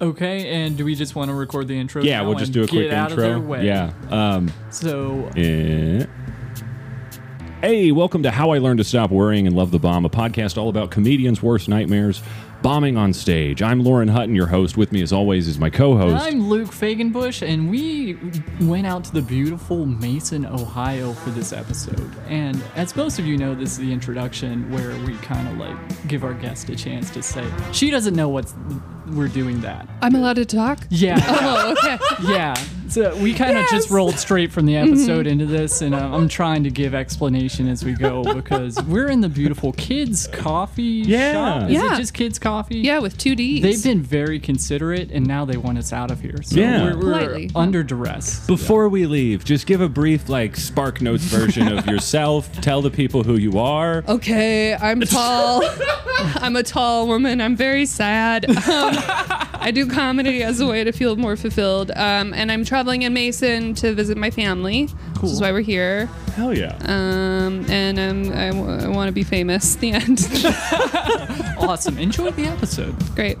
Okay, and do we just want to record the intro? Yeah, now we'll and just do a get quick out Of their intro. way? Yeah. Um, So eh. Hey, welcome to How I Learned to Stop Worrying and Love the Bomb, a podcast all about comedians' worst nightmares, bombing on stage. I'm Lauren Hutton, your host. With me, as always, is my co host. I'm Luke Fagenbush, and we went out to the beautiful Mason, Ohio for this episode. And as most of you know, this is the introduction where we kind of like give our guest a chance to say, she doesn't know what's we're doing that. I'm allowed to talk? Yeah, Oh, okay. yeah. So we kind of just Yes. Mm-hmm. rolled straight from the episode into this, and uh, I'm trying to give explanation as we go because we're in the beautiful kids' coffee Yeah. shop. Is Yeah. it just kids' coffee? Yeah, with two D's. They've been very considerate, and now they want us out of here. So Yeah. we're, we're Politely. under duress. Before we leave, just give a brief, like, Spark Notes version of yourself. Tell the people who you are. okay, I'm tall. I'm a tall woman. I'm very sad. Um, I do comedy as a way to feel more fulfilled. Um, and I'm traveling in Mason to visit my family, which Cool. is why we're here. Hell yeah. Um, and um, I, w- I want to be famous. The end. Awesome. Enjoy the episode. Great.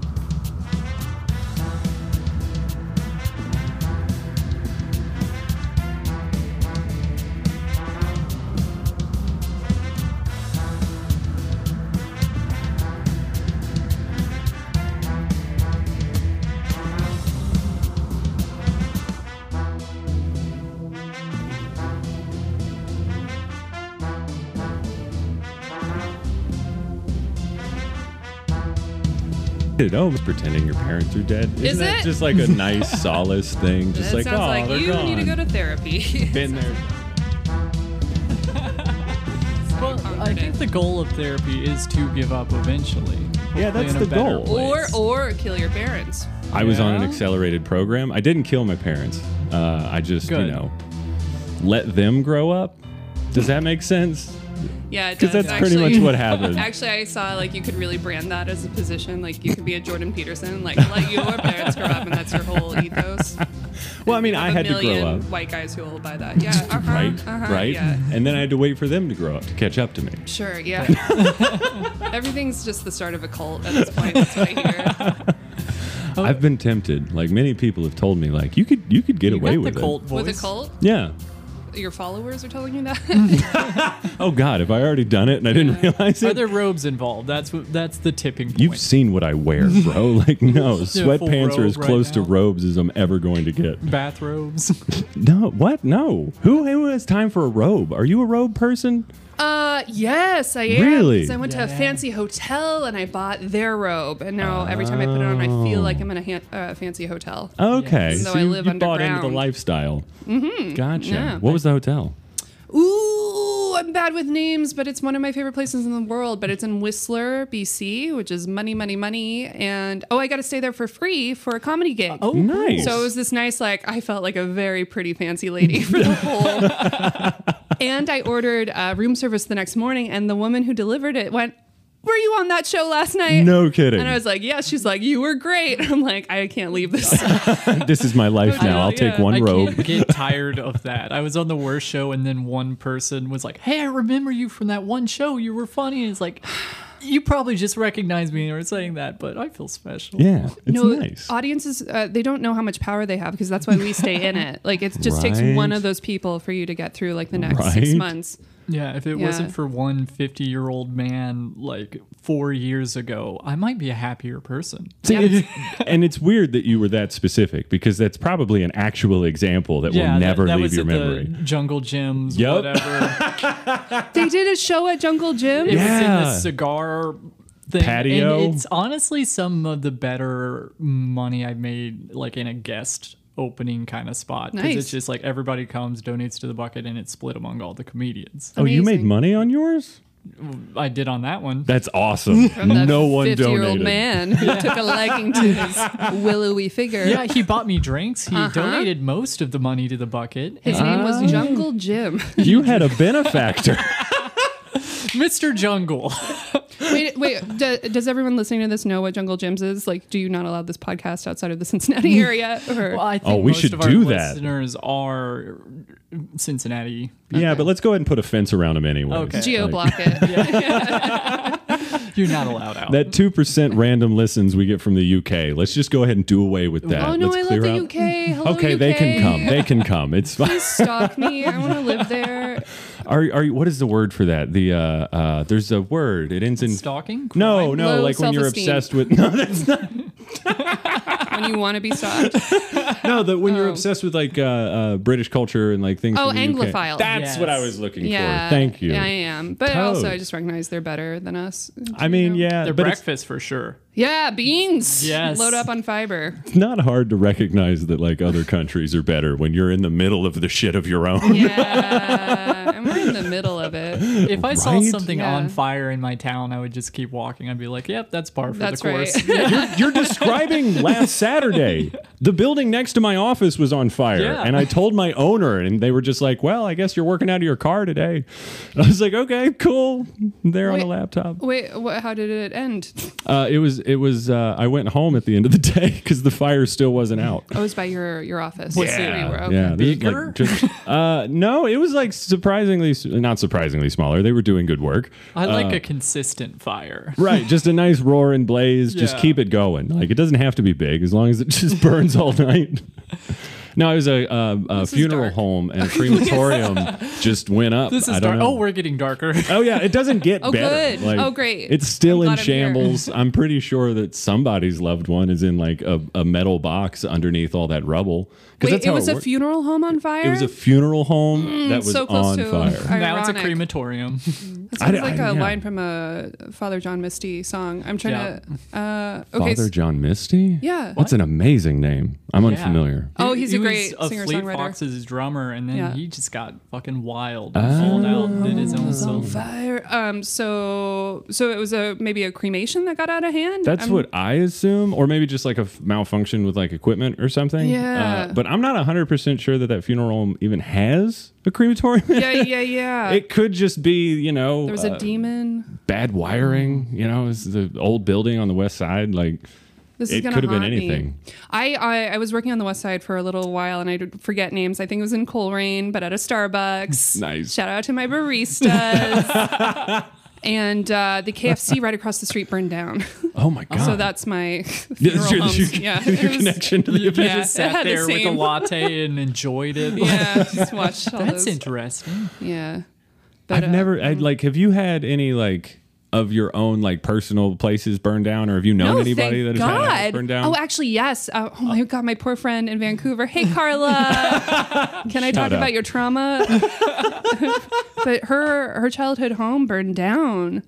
Oh, pretending your parents are dead. Isn't Is that it? just like a nice solace thing? Just that like, sounds oh, like they're you gone. need to go to therapy. Been there. Well, I think the goal of therapy is to give up eventually. Hopefully Yeah, that's in a the better goal. or place. or kill your parents. I was on an Yeah. accelerated program. I didn't kill my parents. Uh, I just, Good. you know, let them grow up. Does that make sense? Yeah, it Because does that's pretty actually. much what happened. Actually, I saw like you could really brand that as a position. Like you could be a Jordan Peterson, like let your parents grow up, and that's your whole ethos. well, I mean, I Have had a to grow million up, White guys who will buy that. Yeah, uh-huh, right? uh-huh, right? Yeah. And then I had to wait for them to grow up to catch up to me. Sure. Yeah. Everything's just the start of a cult at this point. That's what I hear. Oh. I've been tempted. Like many people have told me, like you could, you could get You away got with the cult voice. With a cult, it. Yeah. your followers are telling you that. Hmm. Oh God, have I already done it and I didn't realize Are it? there robes involved? That's what. That's the tipping point. You've seen what I wear, bro. Like no, full sweatpants are as robe right close to now. robes as I'm ever going to get. bathrobes. No, what? No. Who, who has time for a robe? Are you a robe person? Uh, yes, I am. Really? 'cause I went to Yeah. a fancy hotel and I bought their robe, and now every time I put it on, I feel like I'm in a han- uh, fancy hotel. Okay. Yes. So I you- live you bought into the underground. lifestyle. Mm-hmm. Gotcha. Yeah. What was the hotel? Ooh, I'm bad with names, but it's one of my favorite places in the world. But it's in Whistler, BC, which is money, money, money. And oh, I got to stay there for free for a comedy gig. oh, Nice. So it was this nice, like, I felt like a very pretty fancy lady for the whole. and I ordered uh, room service the next morning, and the woman who delivered it went, Were you on that show last night? No kidding. And I was like, Yes. She's like, You were great. I'm like, I can't leave this. this is my life now. yeah, I'll take yeah. one I robe. can't get tired of that. I was on the worst show, and then one person was like, "Hey, I remember you from that one show. You were funny." And it's like, you probably just recognize me or saying that, but I feel special. Yeah, it's no, nice. audiences, uh, they don't know how much power they have because that's why we stay in it. Like, it just Right. takes one of those people for you to get through, like, the next six Right. months. Yeah, if it Yeah. wasn't for one 50 year old man like four years ago, I might be a happier person. See, it's- and it's weird that you were that specific because that's probably an actual example that yeah, will that- never that, leave was your at the memory. jungle gyms, Yup. whatever. They did a show at Jungle Gym. It was in Yeah. the cigar thing. Patio. And it's honestly some of the better money I've made, like in a guest opening kind of spot. Because it's Nice. just like everybody comes, donates to the bucket, and it's split among all the comedians. Oh, you made Amazing. money on yours? I did on that one. That's awesome. That no one 50 year old donated. man who took a liking to his willowy figure. Yeah, he bought me drinks. He donated most of the money to the bucket. His name Ah. was Jungle Jim. You had a benefactor. Mr. Jungle. wait, wait. Do, does everyone listening to this know what Jungle Gyms is? Like, do you not allow this podcast outside of the Cincinnati area? Or Well, I think Oh, we most should of our do that. Listeners are Cincinnati. Yeah, but let's go ahead and put a fence around him anyway. Okay. geo block it? Yeah. You're not allowed out. That two percent random listens we get from the UK. Let's just go ahead and do away with that. oh no, Let's I clear love the out- UK. Hello, Okay, they can UK. come. They can come. It's fine. Please stalk me. I want to live there. Are are you- what is the word for that? The uh, uh there's a word. It ends in Stalking? No, Crime? no, Low like when you're self-esteem. obsessed with no, that's not, When you want to be stalked. no, that when you're Oh. obsessed with like uh, uh British culture and like things. Oh, from the UK. Anglophile. That's Yes. what I was looking Yeah. for. Thank you. Yeah, I am. But also, I Toad. just recognize they're better than us. I mean, yeah, Their but it's- breakfast for sure. Yeah, beans. Yes. Load up on fiber. it's not hard to recognize that like other countries are better when you're in the middle of the shit of your own. Yeah. and we're in the middle of it. If I saw Right? something Yeah. on fire in my town, I would just keep walking. I'd be like, yep, that's par for That's the course. right. You're describing last Saturday. The building next to my office was on fire. Yeah. And I told my owner, and they were just like, Well, I guess you're working out of your car today. I was like, Okay, cool. There on Wait. a laptop. Wait, what, how did it end? Uh, it was, it was, uh, I went home at the end of the day because the fire still wasn't out. Oh, it was by your, your office. Where you were. Okay. yeah. this is like Bigger? just- uh, no, it was like surprisingly, not surprisingly smaller. They were doing good work. I Uh, like a consistent fire. Right, just a nice roar and blaze. Just Yeah. keep it going. Like it doesn't have to be big as long as it just burns all night. No, it was a, a, a is funeral dark. home and a crematorium just went up. This I is don't dark. know. Oh, we're getting darker. Oh yeah, it doesn't get Oh, better. good. Oh, great. It's still I'm in glad I'm here. shambles. I'm pretty sure that somebody's loved one is in like a, a metal box underneath all that rubble. Because Wait, that's it how was it, a worked. funeral home on fire? It was a funeral home that was so close on to fire. Ironic. Now it's a crematorium. That I d- sounds like a I- yeah. line from a Father John Misty song. I'm trying to. Uh, okay. Father s- John Misty. Yeah. That's an amazing name. I'm unfamiliar. Oh, He- he's he a great was a singer-songwriter. Fleet Fox's drummer, and then Yeah. he just got fucking wild, and pulled out, did his Oh. own solo. fire. Um. So so it was a maybe a cremation that got out of hand. That's I'm- what I assume, or maybe just like a f- malfunction with like equipment or something. Yeah. Uh, but I'm not 100% sure that that funeral home even has a crematorium. Yeah, yeah, yeah. it could just be, you know, there was uh, a demon. bad wiring. You know, it's the old building on the west side. Like, This it is gonna could have been haunt me. anything. I, I I was working on the west side for a little while, and I d- forget names. I think it was in Coleraine, but at a Starbucks. Nice. Shout out to my baristas. and uh, the KFC right across the street burned down. oh my God. so that's my Yeah, funeral your, homes. your- yeah, your it was- connection to the You event. just Yeah, sat it had the there with a same- latte and enjoyed it. Yeah, just watched all That's those. interesting. Yeah, I've uh, never, I'd, like, have you had any, like, of your own, like, personal places burned down, or have you known No, anybody that Oh, thank has had a house God. burned down? Oh, actually, yes. Uh, oh my God, my poor friend in Vancouver. Hey, Carla, can I talk Shout out. about your trauma? but her her childhood home burned down,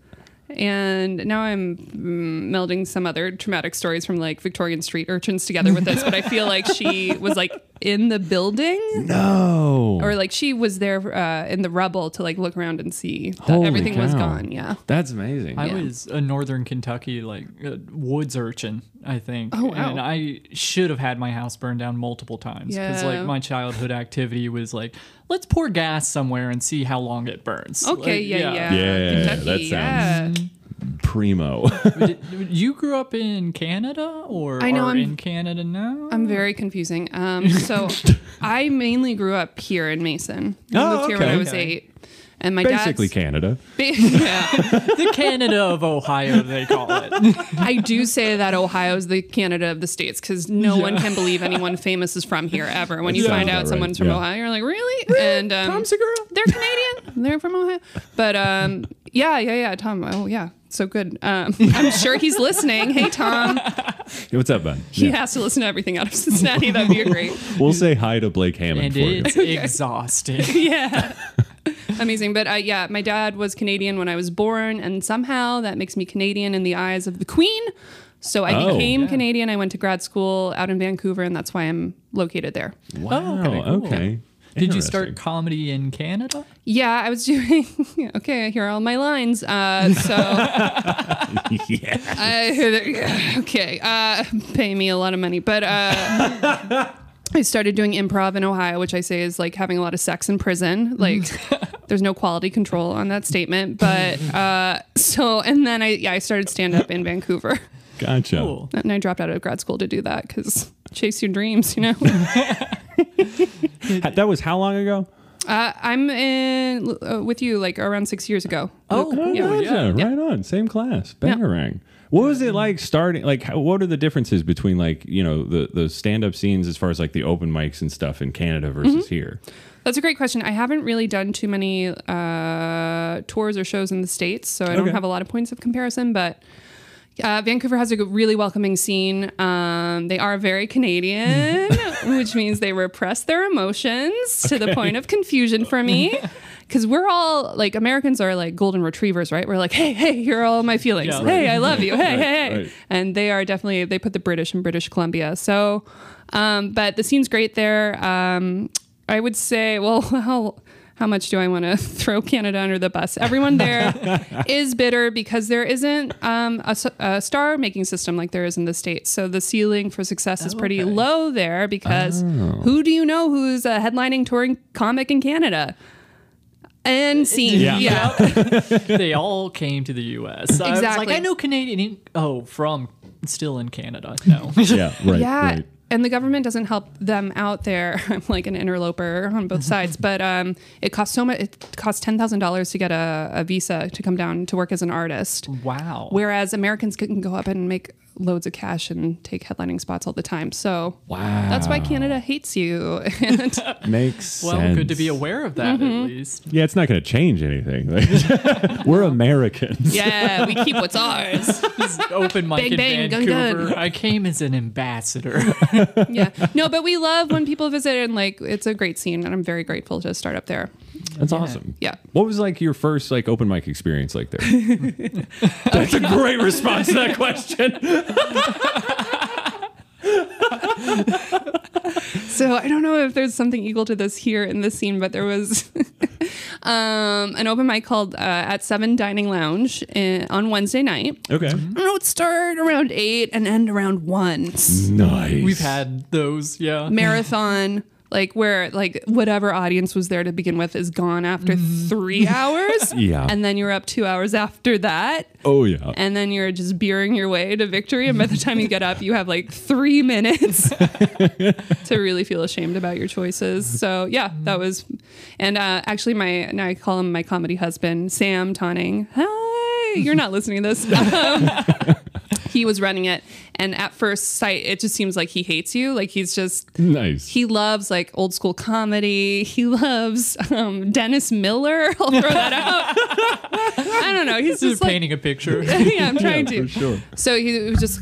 and now I'm mm, melding some other traumatic stories from like Victorian street urchins together with this. But I feel like she was like in the building, no. or like she was there uh, in the rubble to like look around and see that Holy everything was cow. gone. Yeah. That's amazing. I Yeah. was a northern Kentucky like uh, woods urchin, I think. Oh, wow. And I should have had my house burned down multiple times because Yeah. like my childhood activity was like, let's pour gas somewhere and see how long it burns. Okay. Like, Mm-hmm. yeah, yeah. Yeah, that Kentucky, sounds- yeah. primo. Did- you grew up in Canada or I know, are I'm- in Canada now? I'm very confusing. Um, so I mainly grew up here in Mason. I Oh, moved here when okay. I was Okay. eight. And my Basically dad's, Canada. yeah, the Canada of Ohio, they call it. I do say that Ohio's the Canada of the states because no one can believe anyone famous is from here ever. When you Yeah. find Sounds out about someone's right. Yeah. from Ohio, you're like, really? And um, they're Canadian. they're from Ohio. But um, yeah, yeah, yeah. Tom. Oh, yeah. So good. Um, I'm sure he's listening. Hey, Tom. Hey, What's up, Ben? He Yeah. has to listen to everything out of Cincinnati. That'd be a great. We'll say hi to Blake Hammond And for you. it's exhausting. yeah. Amazing. But uh, yeah, my dad was Canadian when I was born, and somehow that makes me Canadian in the eyes of the Queen. So I Oh. became Canadian. I went to grad school out in Vancouver, and that's why I'm located there. Wow. oh, okay, cool. okay. Did you start Interesting. comedy in Canada? Yeah, I was doing. okay, here are all my lines. Uh, so. yeah. I, okay, uh, pay me a lot of money, but uh, I started doing improv in Ohio, which I say is like having a lot of sex in prison. Like, there's no quality control on that statement, but uh, so and then I yeah I started stand up in Vancouver, Gotcha. Cool. and I dropped out of grad school to do that because chase your dreams, you know. Ha- That was how long ago? Uh, I'm in uh, with you like around six years ago. Oh, Oh, cool. yeah, yeah. right Yeah. on. Same class, bangarang. What was it like starting? Like, how, what are the differences between like you know the the stand up scenes as far as like the open mics and stuff in Canada versus Mm-hmm. here? That's a great question. I haven't really done too many uh, tours or shows in the States, so I don't Okay. have a lot of points of comparison, but. Uh, Vancouver has a g- really welcoming scene. Um, they are very Canadian, which means they repress their emotions to the point of confusion for me. Because we're all like Americans are like golden retrievers, right? We're like, hey, hey, here are all my feelings. Yeah, hey, I love you. Hey, Right, hey, hey. right. And they are definitely they put the British in British Columbia. So, um, but the scene's great there. Um, I would say, well, how how much do I want to throw Canada under the bus? Everyone there is bitter because there isn't um, a, star making system like there is in the states. So the ceiling for success is pretty okay. low there because who do you know who's a headlining touring comic in Canada? And scene, Yeah. yeah. they all came to the U.S. I was like, Exactly. I know Canadian. In- oh, from still in Canada. No. Yeah, right. yeah right. and the government doesn't help them out there i'm like an interloper on both sides but um, it costs so much it costs $10000 to get a, a visa to come down to work as an artist Wow. whereas americans can go up and make loads of cash and take headlining spots all the time so Wow. that's why canada hates you and makes well, sense. good to be aware of that Mm-hmm. at least. Yeah, it's not going to change anything. Like, We're Americans. yeah we keep what's ours Just open mic Bang, in bang, gun, Vancouver. gun. I came as an ambassador. yeah no but we love when people visit and like it's a great scene and i'm very grateful to start up there That's awesome. yeah What was like your first like open mic experience like there? That's a great response to that question. So I don't know if there's something equal to this here in this scene, but there was um, an open mic called uh, at Seven Dining Lounge in, on Wednesday night. Okay. I don't know, it started around eight and end around one. Nice. We've had those, yeah. Marathon. Like where like whatever audience was there to begin with is gone after three hours. Yeah. And then you're up two hours after that. Oh yeah. And then you're just beering your way to victory. And by the time you get up, you have like three minutes to really feel ashamed about your choices. So, yeah, that was. And uh, actually, my now I call him my comedy husband, Sam Tonning. Hi, you're not listening to this. Um, he was running it. And at first sight, it just seems like he hates you. Like he's just Nice. he loves like old school comedy. He loves um, Dennis Miller. I'll throw that out. I don't know. He's Just just like, painting a picture. yeah, I'm trying Yeah, to. for sure. So he would just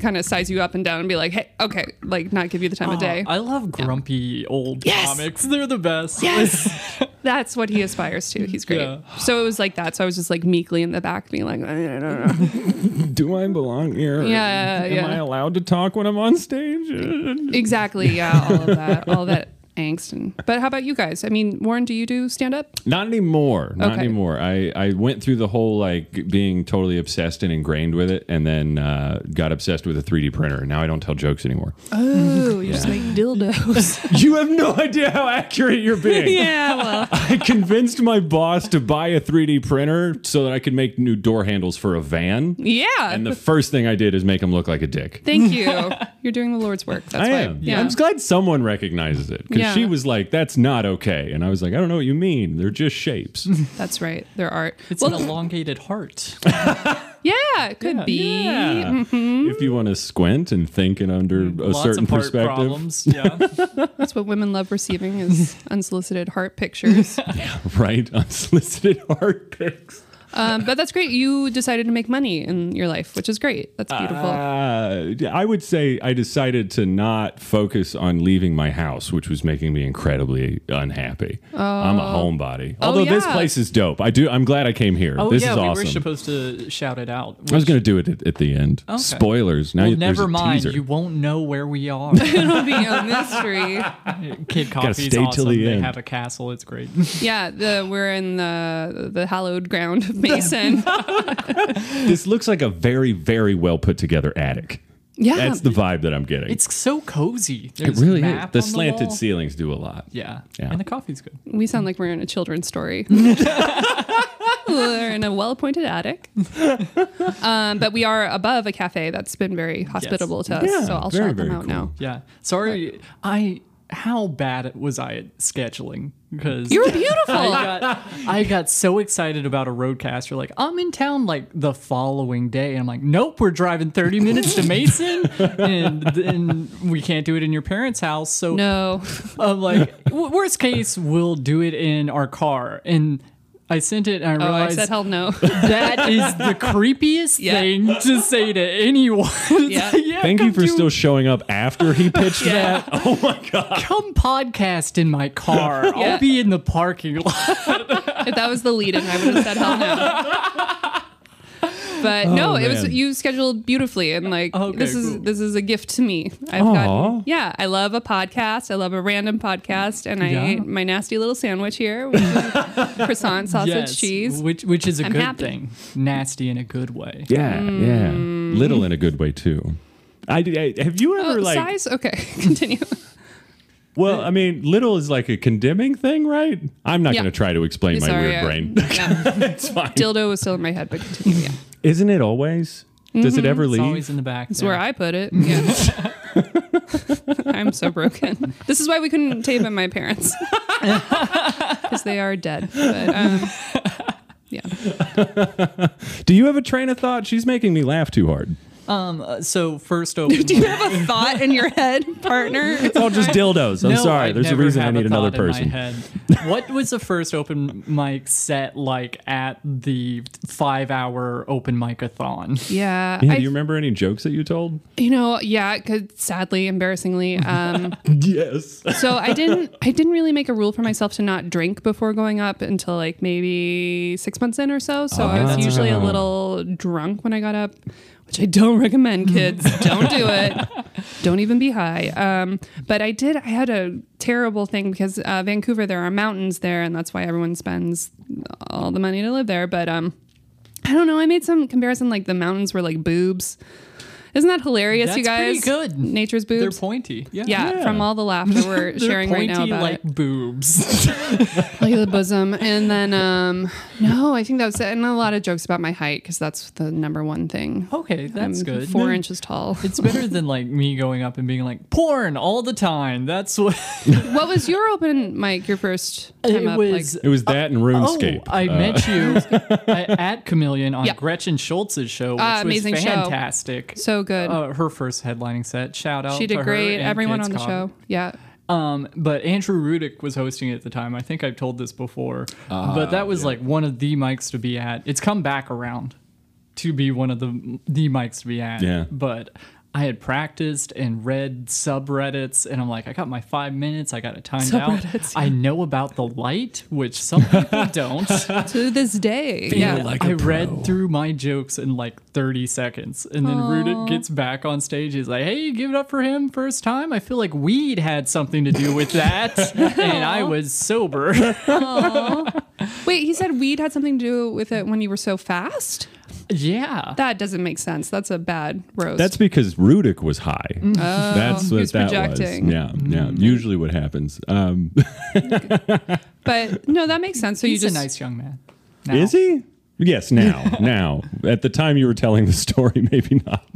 kind of size you up and down and be like, hey, okay, like not give you the time of day. Aw, Ah, I love grumpy old Yes! comics. They're the best. yes. That's what he aspires to. He's great. Yeah. So it was like that. So I was just like meekly in the back being like, I don't know. Do I belong here? Yeah, Am yeah. I allowed to talk when I'm on stage? exactly. Yeah. All of that. All that angst. And, but how about you guys? I mean, Warren, do you do stand up? Not anymore. Not Okay. anymore. I, I went through the whole like being totally obsessed and ingrained with it, and then uh, got obsessed with a 3D printer. Now I don't tell jokes anymore. Oh, you just make dildos. you have no idea how accurate you're being. yeah. Well, I convinced my boss to buy a 3D printer so that I could make new door handles for a van. yeah. And the first thing I did is make him look like a dick. Thank you. You're doing the Lord's work. That's I why. am. Yeah. I'm just glad someone recognizes it because Yeah. she was like, "That's not okay," and I was like, "I don't know what you mean. They're just shapes." That's right. Their art. It's an elongated heart. Yeah, it could be. If you want to squint and think it under a Mm-hmm. Lots certain of heart perspective, problems. Yeah. That's what women love receiving is unsolicited heart pictures. right? Unsolicited heart pics. Um, but that's great. You decided to make money in your life, which is great. That's beautiful. Uh, I would say I decided to not focus on leaving my house, which was making me incredibly unhappy. I'm a homebody. Although this Oh. yeah. place is dope. I do. I'm glad I came here. Oh this yeah, is we awesome. were supposed to shout it out. I was going to do it at, at the end. Spoilers. Now Well, you, there's never a mind. teaser. You won't know where we are. It'll be a mystery. Kid Coffee's stay till awesome. the they end. have a castle. It's great. Yeah, the, we're in the the hallowed ground of Mason. this looks like a very, very well put together attic. Yeah, That's the vibe that I'm getting. It's so cozy. it There's really is. map The on slanted wall. ceilings do a lot. Yeah. Yeah. and the coffee's good. we sound like we're in a children's story. we're in a well-appointed attic, um, but we are above a cafe that's been very hospitable to us. Yeah, so I'll very, shout them very out now. Yeah. Sorry, I. How bad was I at scheduling? because You were beautiful. I got, I got so excited about a roadcaster. Like, I'm in town like the following day. And I'm like, nope, we're driving 30 minutes to Mason and then we can't do it in your parents' house. So no. I'm like, w- worst case, we'll do it in our car. And I sent it and I Oh, I realized said hell no. that is the creepiest Yeah. thing to say to anyone. It's Yeah. like, yeah, Thank you come for do- still showing up after he pitched Yeah. that. Oh my god. come podcast in my car. Yeah. I'll be in the parking lot. if that was the leading, I would have said hell no. But no, it was Oh, man. you scheduled beautifully, and like Okay, this is cool. this is a gift to me. I've Aw. gotten yeah, I love a podcast. I love a random podcast, and I Yeah. ate my nasty little sandwich here, which is croissant, sausage, cheese. which which is a I'm good happy. thing. Nasty in a good way. Yeah, Mm. yeah. Little in a good way too. I, I have you Oh, ever like size? Okay, continue. well, I mean, little is like a condemning thing, right? I'm not Yeah. going to try to explain my Sorry, uh, weird I- brain. yeah. it's fine. Dildo was still in my head, but continue. Yeah, Isn't it always? Does it ever Mm-hmm. It's leave? always in the back. that's where I put it. Yeah. Mm. I'm so broken. This is why we couldn't tape in my parents because they are dead. But um, yeah, Do you have a train of thought? She's making me laugh too hard. Um. uh, So first open. do you have a thought in your head, partner? It's all Oh, just dildos. I'm No, sorry. I There's a never reason I have a need another thought in my person. head. What was the first open mic set like at the five-hour open mic-a-thon? Yeah, Yeah, I, do you you, remember any jokes that you told? know, yeah. Cause sadly, embarrassingly, um, Yes. so I didn't. I didn't really make a rule for myself to not drink before going up until like maybe six months in or so. So Oh, I was usually a little drunk when I got up, which I don't recommend. Kids, don't do it. Don't even be high. Um, but I did. I had a terrible thing because uh, Vancouver, there are mountains there, and that's why everyone spends all the money to live there. But um, I don't know. I made some comparison like the mountains were like boobs. Isn't that hilarious, you That's pretty guys? good. Nature's They're boobs. pointy. Yeah. Yeah, Yeah. from all the laughter we're They're sharing right pointy now about like it. boobs. like the bosom, and then um, no, I think that was it. And a lot of jokes about my height because that's the number one thing. okay, Oh, that's I'm good. Four inches tall. It's better than like me going up and being like porn all the time. That's what what was your open mic? Your first time it up? was. It was that and RuneScape. Oh, I met you at, at Chameleon on Yeah. Gretchen Schultz's show, which Ah, was amazing show. fantastic. so good. Uh, her first headlining set. Shout out. she to did her great. and Everyone Kids on the Comic. show. Yeah. Um, but Andrew Rudick was hosting it at the time. I think I've told this before, but that was like one of the mics to be at. It's come back around to be one of the the mics to be at. Yeah. But I had practiced and read subreddits, and I'm like, I got my five minutes. I got it timed out. Subreddits, I know about the light, which some people don't. To this day. Feel yeah. like- I a pro. read through my jokes in like 30 seconds, and then Rudick gets back on stage. He's like, "Hey, give it up for him first time." I feel like weed had something to do with that, and I was sober. Wait, he said weed had something to do with it when you were so fast. yeah, That doesn't make sense. That's a bad roast. That's because Rudick was high. Mm-hmm. That's Oh, he what was that projecting. was. Yeah, yeah. Usually, what happens? Um, but no, that makes sense. So he's you just a nice young man. Now. is he? Yes. Now, now. At the time you were telling the story, maybe not.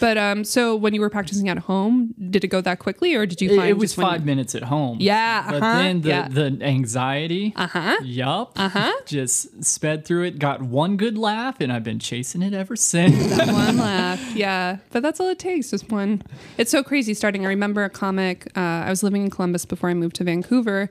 But um, so when you were practicing at home, did it go that quickly, or did you It, find it was just when you- five minutes at home. Yeah, but uh-huh, then the yeah. Uh-huh. the anxiety. Uh huh. Yup. Uh huh. Just sped through it. Got one good laugh, and I've been chasing it ever since. one laugh. Yeah. But that's all it takes, just one. It's so crazy starting. I remember a comic, uh, I was living in Columbus before I moved to Vancouver.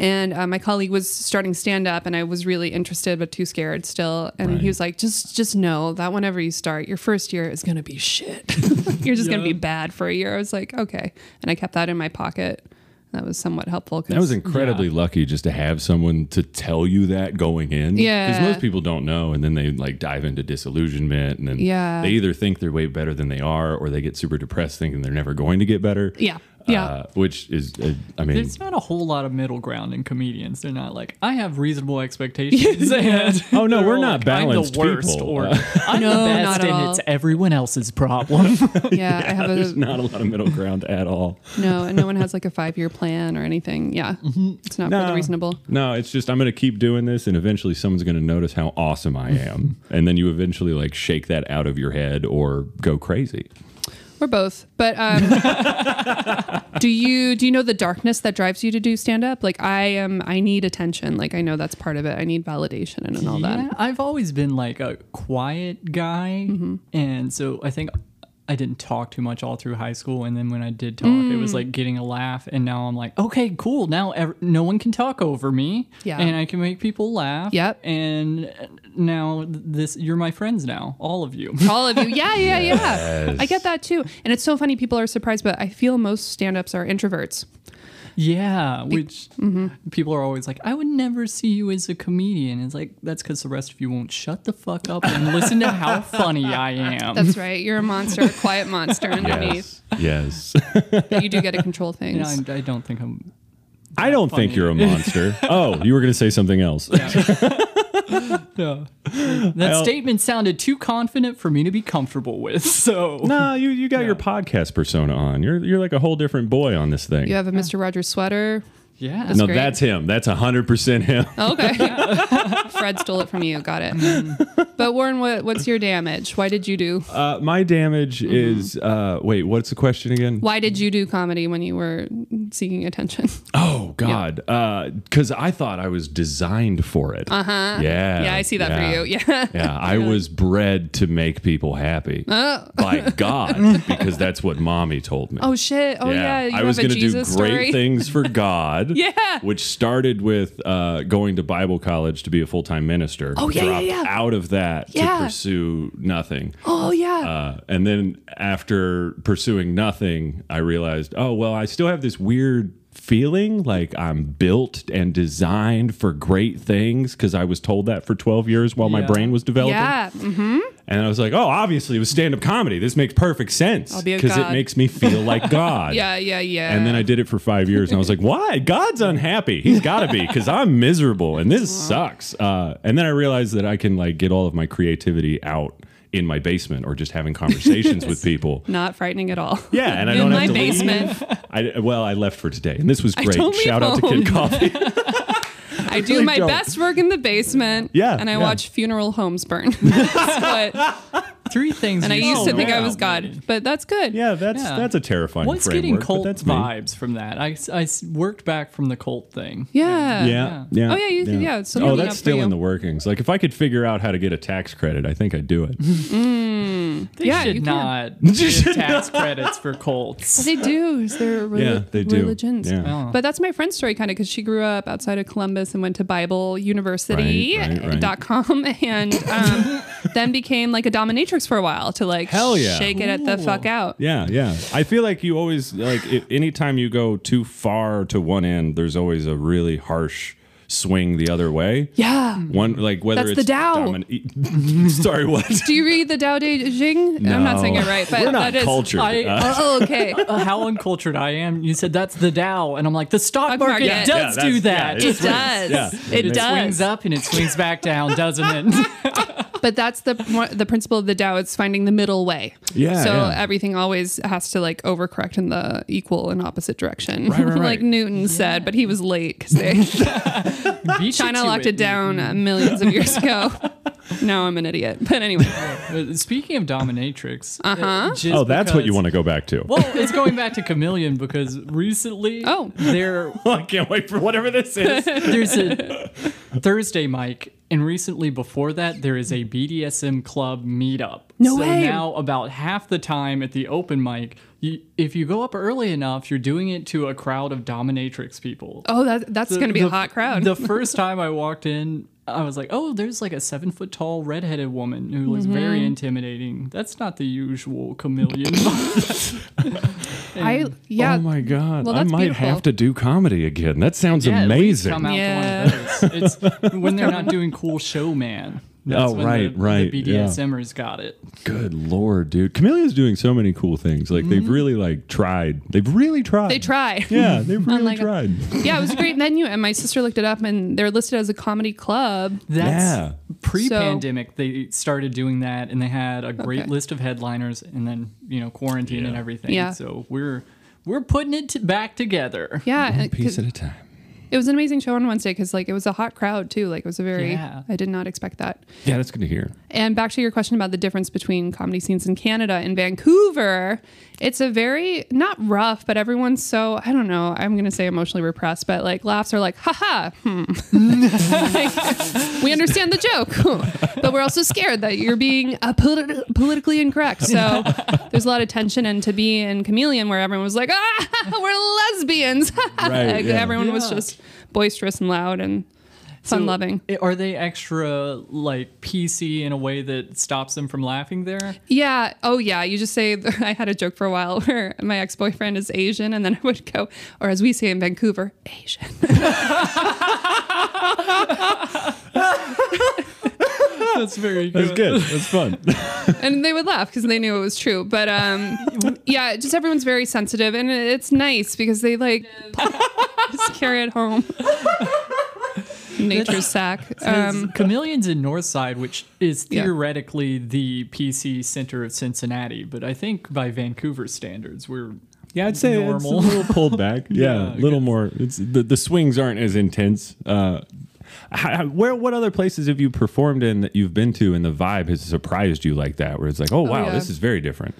And uh, my colleague was starting stand up, and I was really interested but too scared still. And Right. he was like, "Just, just know that whenever you start, your first year is gonna be shit. You're just gonna Yeah. be bad for a year." I was like, "Okay," and I kept that in my pocket. That was somewhat helpful. 'cause- That was incredibly lucky just to have someone to tell you that going in. Yeah. Because most people don't know. And then they like dive into disillusionment. And then Yeah. they either think they're way better than they are or they get super depressed thinking they're never going to get better. Yeah. Yeah. Uh, which is, uh, I mean, There's not a whole lot of middle ground in comedians. They're not like I have reasonable expectations. and Oh, no, they're we're all not balanced I'm the worst, people. Uh, or I'm No, the best, not at and all. it's everyone else's problem. yeah, I have there's a not a lot of middle ground at all. No, and no one has like a five year plan or anything. Yeah. It's not really reasonable. No, it's just I'm going to keep doing this, and eventually someone's going to notice how awesome I am, and then you eventually like shake that out of your head or go crazy. Or both. But um, do you do you know the darkness that drives you to do stand up? Like I am I need attention. Like I know that's part of it. I need validation and, all Yeah, that. I've always been like a quiet guy, Mm-hmm. and so I think I didn't talk too much all through high school. And then when I did talk, it Mm. was like getting a laugh. And now I'm like, okay, cool. Now ev- no one can talk over me, Yeah. and I can make people laugh. Yep. And now th- this, you're my friends now, all of you. All of you. Yeah, yeah, yeah. I get that too. And it's so funny people are surprised, but I feel most stand-ups are introverts. yeah, which Mm-hmm. people are always like, I would never see you as a comedian. It's like that's because the rest of you won't shut the fuck up and listen to how funny I am. That's right. You're a monster, a quiet monster underneath. Yes. yes. But you do get to control things. You know, I, I don't think I'm I don't think funny. you're a monster. oh, you were going to say something else. Yeah. That I'll- statement sounded too confident for me to be comfortable with. So no, you, you got your podcast persona on. You're you're like a whole different boy on this thing. You have a Mr. Rogers sweater. yeah. no, great. that's him. That's 100% him. Oh, Okay. Fred stole it from you. Got it. but Warren, what, what's your damage? Why did you do? Mm-hmm. Uh, my damage Mm-hmm. is uh, wait, what's the question again? Why did you do comedy when you were seeking attention? Oh God, because I thought I was designed for it. Uh huh. Yeah. Uh-huh. Yeah, I see that yeah. for you. Yeah. Yeah, I was bred to make people happy by God because that's what mommy told me. Oh shit. Oh yeah. you I have was a gonna Jesus do great story. things for God. Yeah. which started with uh, going to Bible college to be a full time minister. Oh, yeah, yeah, Dropped yeah. Out of that Yeah. to pursue nothing. Oh yeah. Uh, and then after pursuing nothing, I realized, oh, well, I still have this weird feeling like I'm built and designed for great things because I was told that for 12 years while my Yeah. brain was developing. yeah. mhm. And I was like, oh, obviously it was stand up comedy. This makes perfect sense I'll be a because it god. makes me feel like God. Yeah. Yeah. Yeah. And then I did it for five years, and I was like, "Why? God's unhappy. He's got to be because I'm miserable, and this sucks." Uh, and then I realized that I can like get all of my creativity out in my basement or just having conversations with people. Not frightening at all. Yeah, and I In don't my have to basement. leave. I, well, I left for today, and this was great. don't leave Shout out to home. Kid Coffee. I do really my don't. best work in the basement. Yeah, And I yeah. watch funeral homes burn. That's what- Three things. and I you used said to think I about was me. God, but that's Oh, good. yeah, that's Yeah. that's a terrifying. What's framework, getting but cult that's me. vibes from that? I, s- I s- worked back from the cult thing. Yeah. Yeah, yeah. Oh, yeah, you- yeah, it's something oh, up that's for still you. in the workings. Like, if I could figure out how to get a tax credit, I think I'd do it. They Yeah, you should can. not You give should tax credits for cults. They do. Is there reli- yeah, they do. religions? Yeah. Oh. But that's my friend's story, kind of, because she grew up outside of Columbus and went to Bible University Right, right, right. dot com, and um, then became like a dominatrix for a while to like Hell yeah. shake it at the fuck out. Yeah, yeah. I feel like you always like i anytime you go too far to one end, there's always a really harsh swing the other way. Yeah. One like whether That's it's the Tao. domin- Sorry, what? Do you read the Tao Te Ching? I'm not saying it right, but we're not that is. cultured. I- Uh, Oh, okay. Uh, How uncultured I am. You said that's the Dow. And I'm like, the stock Stock market market. does Yeah, do that. that's- yeah, it It does. Yeah. It, it swings does. up and it swings back down, doesn't it? But that's the one- the principle of the Tao. It's finding the middle way. Yeah, So yeah. everything always has to like overcorrect in the equal and opposite direction, Right, right, right. like Newton said. But he was late because they. Beat you China to locked it, it down uh, millions of years ago. now I'm an idiot. But anyway, Uh, Speaking of dominatrix, uh Uh-huh. huh. oh, that's what you want to go back to. Well, it's going back to Chameleon because recently, Oh. there I can't wait for whatever this is. there's a Thursday mic, and recently before that, there is a BDSM club meetup. No so way. Now, about half the time at the open mic, you, if you go up early enough, you're doing it to a crowd of dominatrix people. oh, that, that's going to be a the- hot crowd. The first time I walked in, I was like, "Oh, there's like a seven foot tall redheaded woman who looks Mm-hmm. very intimidating. That's not the usual chameleon." I yeah. Oh my god. Well, I that's might beautiful. have to do comedy again. That sounds Yeah, at least amazing. Come out Yeah. to one of those. It's when they're not doing cool showman. That's Oh, when right, the, right, The yeah. BDSMers got it. Good lord, dude. Chameleon's doing so many cool things. Like they've really like tried. They've really tried. they try. Yeah, they've really Unlike- tried. Yeah, it was a great menu, and my sister looked it up, and they're listed as a comedy club. That's Yeah. pre-pandemic. They started doing that, and they had a great Okay. list of headliners, and then you know quarantine and everything. Yeah. So we're we're putting it t- back together. Yeah, One and- 'cause- piece at a time. It was an amazing show on Wednesday because like it was a hot crowd too. Like it was a very Yeah. I did not expect that. Yeah, that's good to hear. And back to your question about the difference between comedy scenes in Canada and Vancouver, it's a very not rough, but everyone's so I don't know. I'm gonna say emotionally repressed, but like laughs are like haha. Hmm. Like, we understand the joke, but we're also scared that you're being uh, polit- politically incorrect. So there's a lot of tension. And to be in Chameleon, where everyone was like ah, we're lesbians. Right, Like, yeah. Everyone was Yeah. just boisterous and loud and fun loving. i- eh, Are they extra like PC in a way that stops them from laughing there? Yeah. Oh, yeah. You just say, I had a joke for a while where my ex boyfriend is Asian, and then I would go, or as we say in Vancouver, Asian. That's very good. That's good. That's fun. and they would laugh because they knew it was true. But um, yeah, just everyone's very sensitive, and it's nice because they like just carry it home. Nature's sack. Um, Chameleons in Northside, which is Yeah. theoretically the PC center of Cincinnati, but I think by Vancouver standards, we're Yeah, I'd say Normal. it's a little pulled back. yeah, Yeah, I a little more. It's the, the swings aren't as intense. Uh, how, how- where what other places have you performed in that you've been to and the vibe has surprised you like that? Where it's like, oh wow, yeah. this is very different.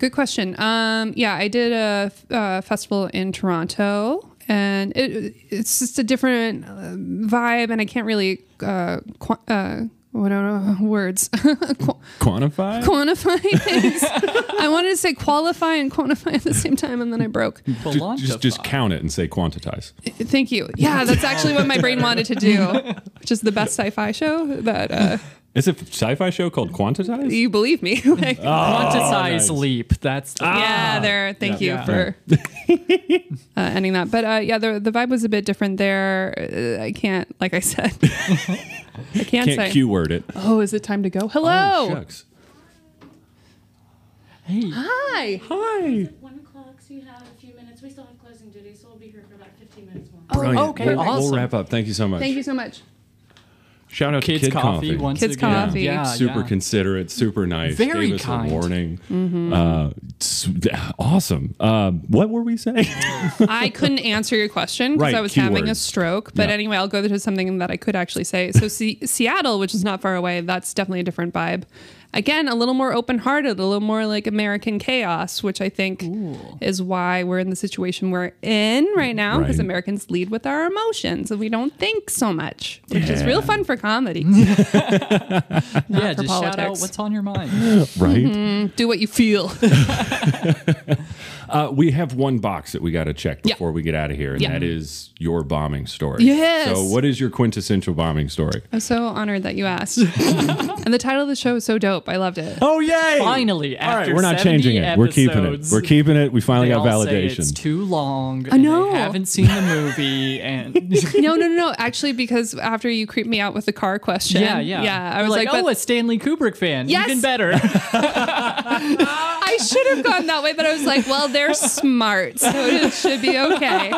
good question. Um, yeah, I did a uh, festival in Toronto, and it, it's just a different uh, vibe, and I can't really uh, qu- uh, what are words Qu- Quantify. quantify things. I wanted to say qualify and quantify at the same time, and then I broke. Ju- just, just, Palantir. count it and say quantitize. Thank you. Yeah, that's actually what my brain wanted to do, which is the best sci-fi show that uh, Is it a sci-fi show called Quantitize? you believe me. Like, Ah, Quantisize oh, nice. leap. That's the, Yeah, there. Thank Ah. Yeah. you for uh, ending that. But uh, yeah, the the vibe was a bit different there. Uh, I can't, like I said, I can't, say. Can't Q word it. Oh, Oh, is it time to go? Hello. shucks. hey, Hi. Hi. One o'clock, so you have a few minutes. We still have closing duty, so we'll be here for about fifteen minutes more. Brilliant. okay, We'll, we'll awesome. wrap up. Thank you so much. Thank you so much. Shout out kids to Kid coffee, Coffee. once Kids again. Coffee. Yeah, super Uh, yeah. considerate, super nice. Very Gave us kind. Mm-hmm. a warning. Uh, s- awesome. Um, what were we saying? I couldn't answer your question because Right, I was keywords. having a stroke. But Yeah. anyway, I'll go to something that I could actually say. So Se- Seattle, which is not far away, that's definitely a different vibe. Again, a little more open-hearted, a little more like American chaos, which I think is why we're in the situation we're in right now because Right. Americans lead with our emotions and we don't think so much, which is Yeah. real fun for comedy. yeah, for just shout out politics. what's on your mind. right. Mm-hmm. Do what you feel. Uh, we have one box that we got to check Yeah. before we get out of here, and Yeah. that is your bombing story. Yes. So, what is your quintessential bombing story? I'm so honored that you asked. and the title of the show is so dope. I loved it. Oh yay! Finally, All right, after we're not 70 changing it. We're keeping it. episodes, We're keeping it. We finally They got all say it's validation. too long. I know. They haven't seen the movie, and no, no, no, no. Actually, because after you creeped me out with the car question. yeah, yeah, Yeah. I You're was like, oh, but a Stanley Kubrick fan, Yes. even better. I should have gone that way, but I was like, well, they're smart, so it should be okay.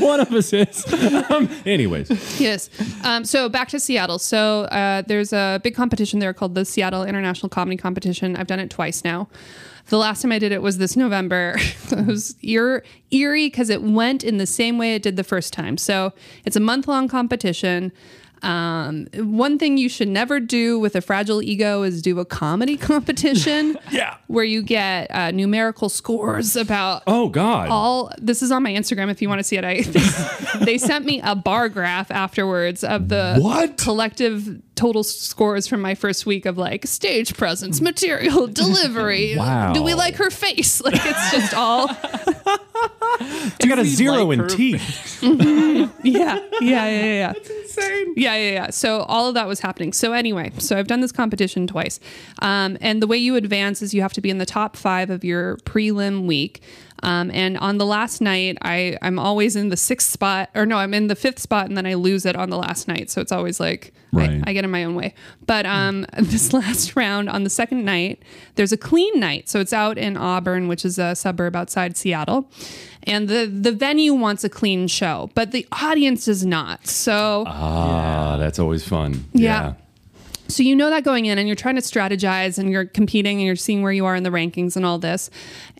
One of us is. um, anyways, Yes. Um, so back to Seattle. So uh, there's a big competition there called the Seattle International Comedy Competition. I've done it twice now. The last time I did it was this November. it was eer- eerie because it went in the same way it did the first time. So it's a month long competition. Um, one thing you should never do with a fragile ego is do a comedy competition. Yeah. Where you get uh, numerical scores about oh god. all this is on my Instagram if you want to see it. I they, sent me a bar graph afterwards of the What? collective total scores from my first week of like stage presence, material, delivery. Wow. Do we like her face? Like it's just all you got a we zero like in her- teeth. yeah, yeah, yeah, yeah. Insane. Yeah, yeah, yeah. So all of that was happening. So anyway, so I've done this competition twice, um, and the way you advance is you have to be in the top five of your prelim week. Um, and on the last night, I I'm always in the sixth spot, or no, I'm in the fifth spot, and then I lose it on the last night. So it's always like I- Right. I, get in my own way. But um, this last round on the second night, there's a clean night. So it's out in Auburn, which is a suburb outside Seattle, and the the venue wants a clean show, but the audience does not. So. Ah, that's always fun. Yeah. So you know that going in, and you're trying to strategize, and you're competing, and you're seeing where you are in the rankings and all this.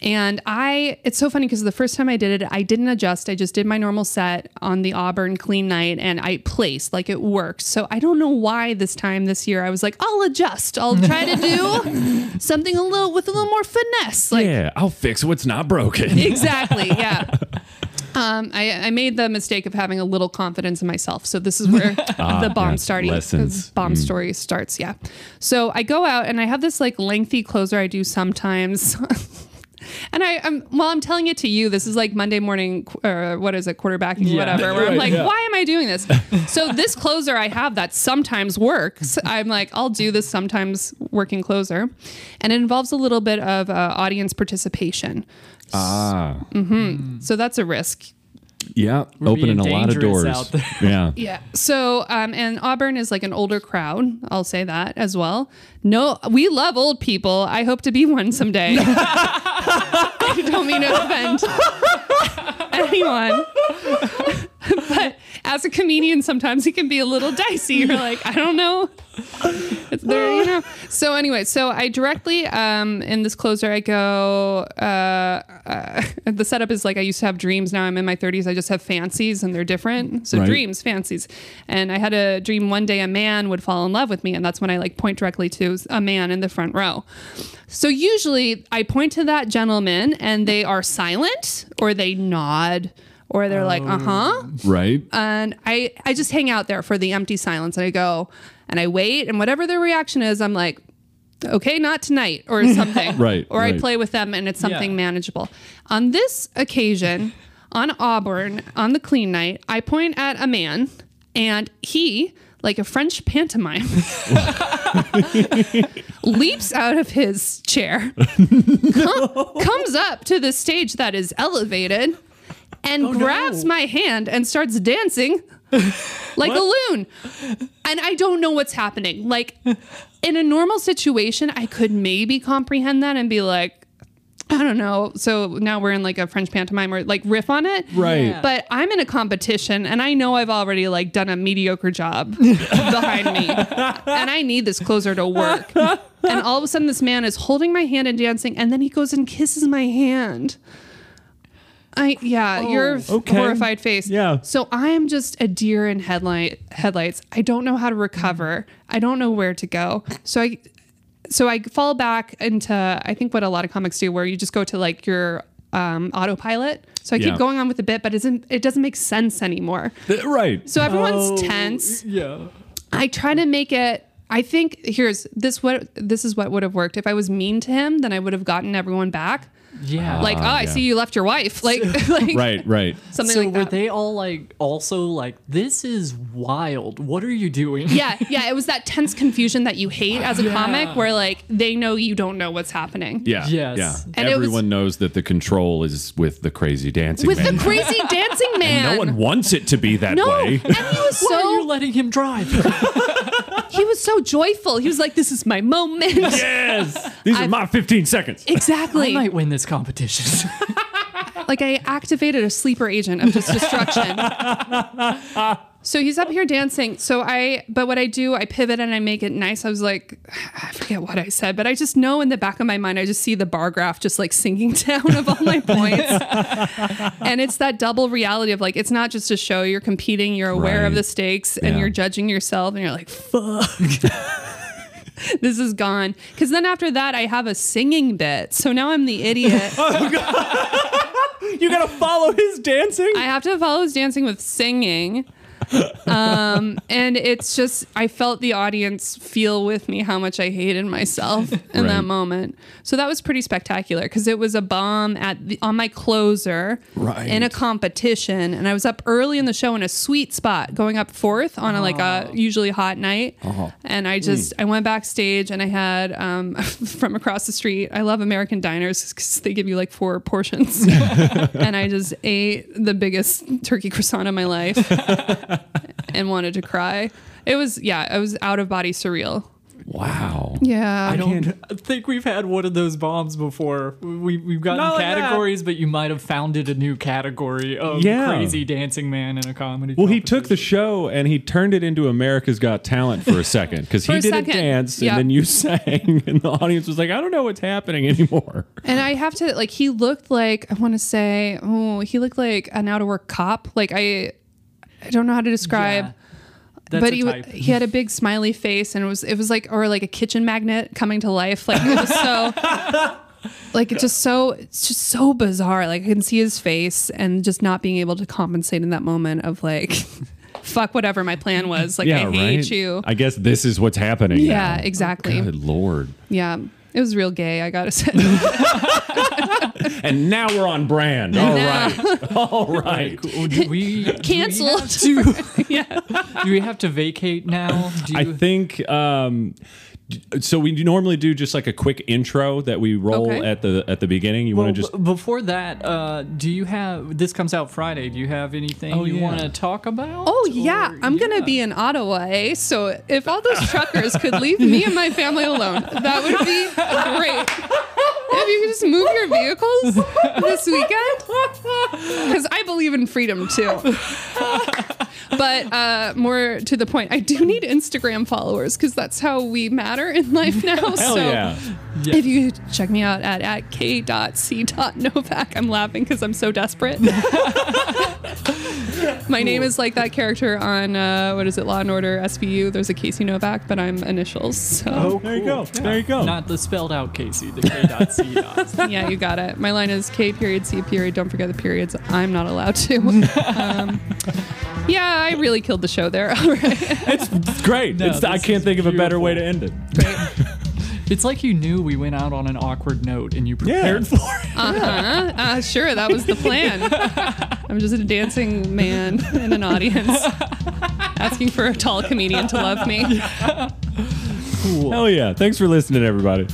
And I, it's so funny because the first time I did it, I didn't adjust. I just did my normal set on the Auburn clean night, and I placed like it worked. So I don't know why this time this year I was like, I'll adjust. I'll try to do something a little with a little more finesse. Like yeah, I'll fix what's not broken. exactly. Yeah. Um, I, I made the mistake of having a little confidence in myself. So this is where the bomb Ah, yes, starting lessons. Mm. bomb story starts. Yeah. So I go out and I have this like lengthy closer I do sometimes. and I, I'm, while I'm telling it to you, this is like Monday morning, qu- or what is it, quarterbacking, Yeah. whatever. Where I'm Right, like, yeah. why am I doing this? so this closer I have that sometimes works. I'm like, I'll do this sometimes working closer, and it involves a little bit of uh, audience participation. ah, So that's a risk. yeah, being opening a lot of dangerous doors. out there. Yeah, Yeah. So, um, and Auburn is like an older crowd. I'll say that as well. No, we love old people. I hope to be one someday. I don't mean to offend anyone. but as a comedian, sometimes it can be a little dicey. You're like, I don't know. It's there, you know. So anyway, so I directly um, in this closer, I go. Uh, uh, the setup is like I used to have dreams. Now I'm in my 30s. I just have fancies, and they're different. So Right. dreams, fancies, and I had a dream one day a man would fall in love with me, and that's when I like point directly to a man in the front row. So usually I point to that gentleman, and they are silent, or they nod, or they're like, uh huh right. and I I just hang out there for the empty silence and I go and I wait and whatever their reaction is I'm like okay not tonight or something Right, or I right. play with them and it's something Yeah. manageable on this occasion on Auburn on the clean night I point at a man and he like a French pantomime leaps out of his chair com- comes up to the stage that is elevated and grabs my hand and starts dancing like a loon. And I don't know what's happening. Like in a normal situation, I could maybe comprehend that and be like, I don't know. So now we're in like a French pantomime or like riff on it. Right. Yeah. But I'm in a competition and I know I've already like done a mediocre job behind me. And I need this closer to work. And all of a sudden this man is holding my hand and dancing and then he goes and kisses my hand. I yeah, your f- Oh, okay. horrified face. Yeah. So I am just a deer in headlight headlights. I don't know how to recover. I don't know where to go. So I so I fall back into I think what a lot of comics do, where you just go to like your um, autopilot. So I Yeah. keep going on with the bit, but it doesn't it doesn't make sense anymore. Th- right. So everyone's Oh, tense. Yeah. I try to make it. I think here's this what this is what would have worked if I was mean to him, then I would have gotten everyone back. Yeah. Like, oh, I yeah. see you left your wife. Like, like right. Right. something so like were that. they all like also like this is wild. What are you doing? yeah, yeah. It was that tense confusion that you hate as a comic, where like they know you don't know what's happening. Yeah. Yes. Yeah. And it was- Everyone knows that the control is with the crazy dancing With man. the crazy dancing man. no one wants it to be that No, way. and he was Why are you so letting him drive? he was so joyful. He was like, "This is my moment." yes. These are my 15 seconds. I Exactly. might win this competition. like I activated a sleeper agent of just destruction. so he's up here dancing. So I, but what I do, I pivot and I make it nice. I was like, I forget what I said, but I just know in the back of my mind, I just see the bar graph just like sinking down of all my points. and it's that double reality of like, it's not just a show. You're competing, you're aware of Right. the stakes, and Yeah. you're judging yourself, and you're like, fuck. This is gone. Because then after that, I have a singing bit. So now I'm the idiot you gotta follow his dancing. I have to follow his dancing with singing. Um, and it's just, I felt the audience feel with me how much I hated myself in Right. that moment. So that was pretty spectacular because it was a bomb at the, on my closer Right. in a competition. And I was up early in the show in a sweet spot going up fourth on a, like a usually hot night. Uh-huh. And I just, Mm. I went backstage and I had, um, from across the street, I love American diners because they give you like four portions and I just ate the biggest turkey croissant of my life and wanted to cry. It was yeah, it was out of body surreal. Wow. Yeah. I don't can't- think we've had one of those bombs before. We, we've gotten Not like that. categories, but you might have founded a new category of Yeah. crazy dancing man in a comedy. Well, he took the competition. show and he turned it into America's Got Talent for a second because he For a did a second, dance yeah. and then you sang and the audience was like, I don't know what's happening anymore. And I have to like he looked like I want to say oh he looked like an out of work cop like I I don't know how to describe Yeah. That's but a he w- type. he had a big smiley face and it was it was like or like a kitchen magnet coming to life like it was so like it's just so it's just so bizarre like I can see his face and just not being able to compensate in that moment of like fuck whatever my plan was like I hate you I guess this is what's happening. yeah now. exactly Good lord. yeah it was real gay I gotta say And now we're on brand. All now- right. All right. Oh, do we do we Cancelled. have to- yeah Do we have to vacate now? Do I think um, d- so. We normally do just like a quick intro that we roll Okay. at the at the beginning. You Well, want to just b- before that, uh, do you have this comes out Friday? Do you have anything Oh, you yeah. want to talk about? Oh yeah, Or- I'm gonna yeah. be in Ottawa, eh? So if all those truckers could leave me and my family alone, that would be great. If you could just move your vehicles this weekend, because I believe in freedom too. But uh, more to the point, I do need Instagram followers because that's how we matter in life now. hell so yeah. Yeah. if you could check me out at, at k.c.novak, I'm laughing because I'm so desperate. My name is like that character on, uh, what is it, Law and Order SVU. There's a Casey Novak, but I'm initials. So, Oh, There you cool. go. There you go. Not the spelled out Casey, the K dot C dot. yeah, you got it. My line is K period, C period. Don't forget the periods. I'm not allowed to. um, yeah, I really killed the show there. All right. It's great. No, it's, I this can't is think of a better beautiful. way to end it. It's like you knew we went out on an awkward note and you prepared for it. Uh-huh. Uh, sure, that was the plan. I'm just a dancing man in an audience asking for a tall comedian to love me. Cool. Hell yeah. Thanks for listening, everybody.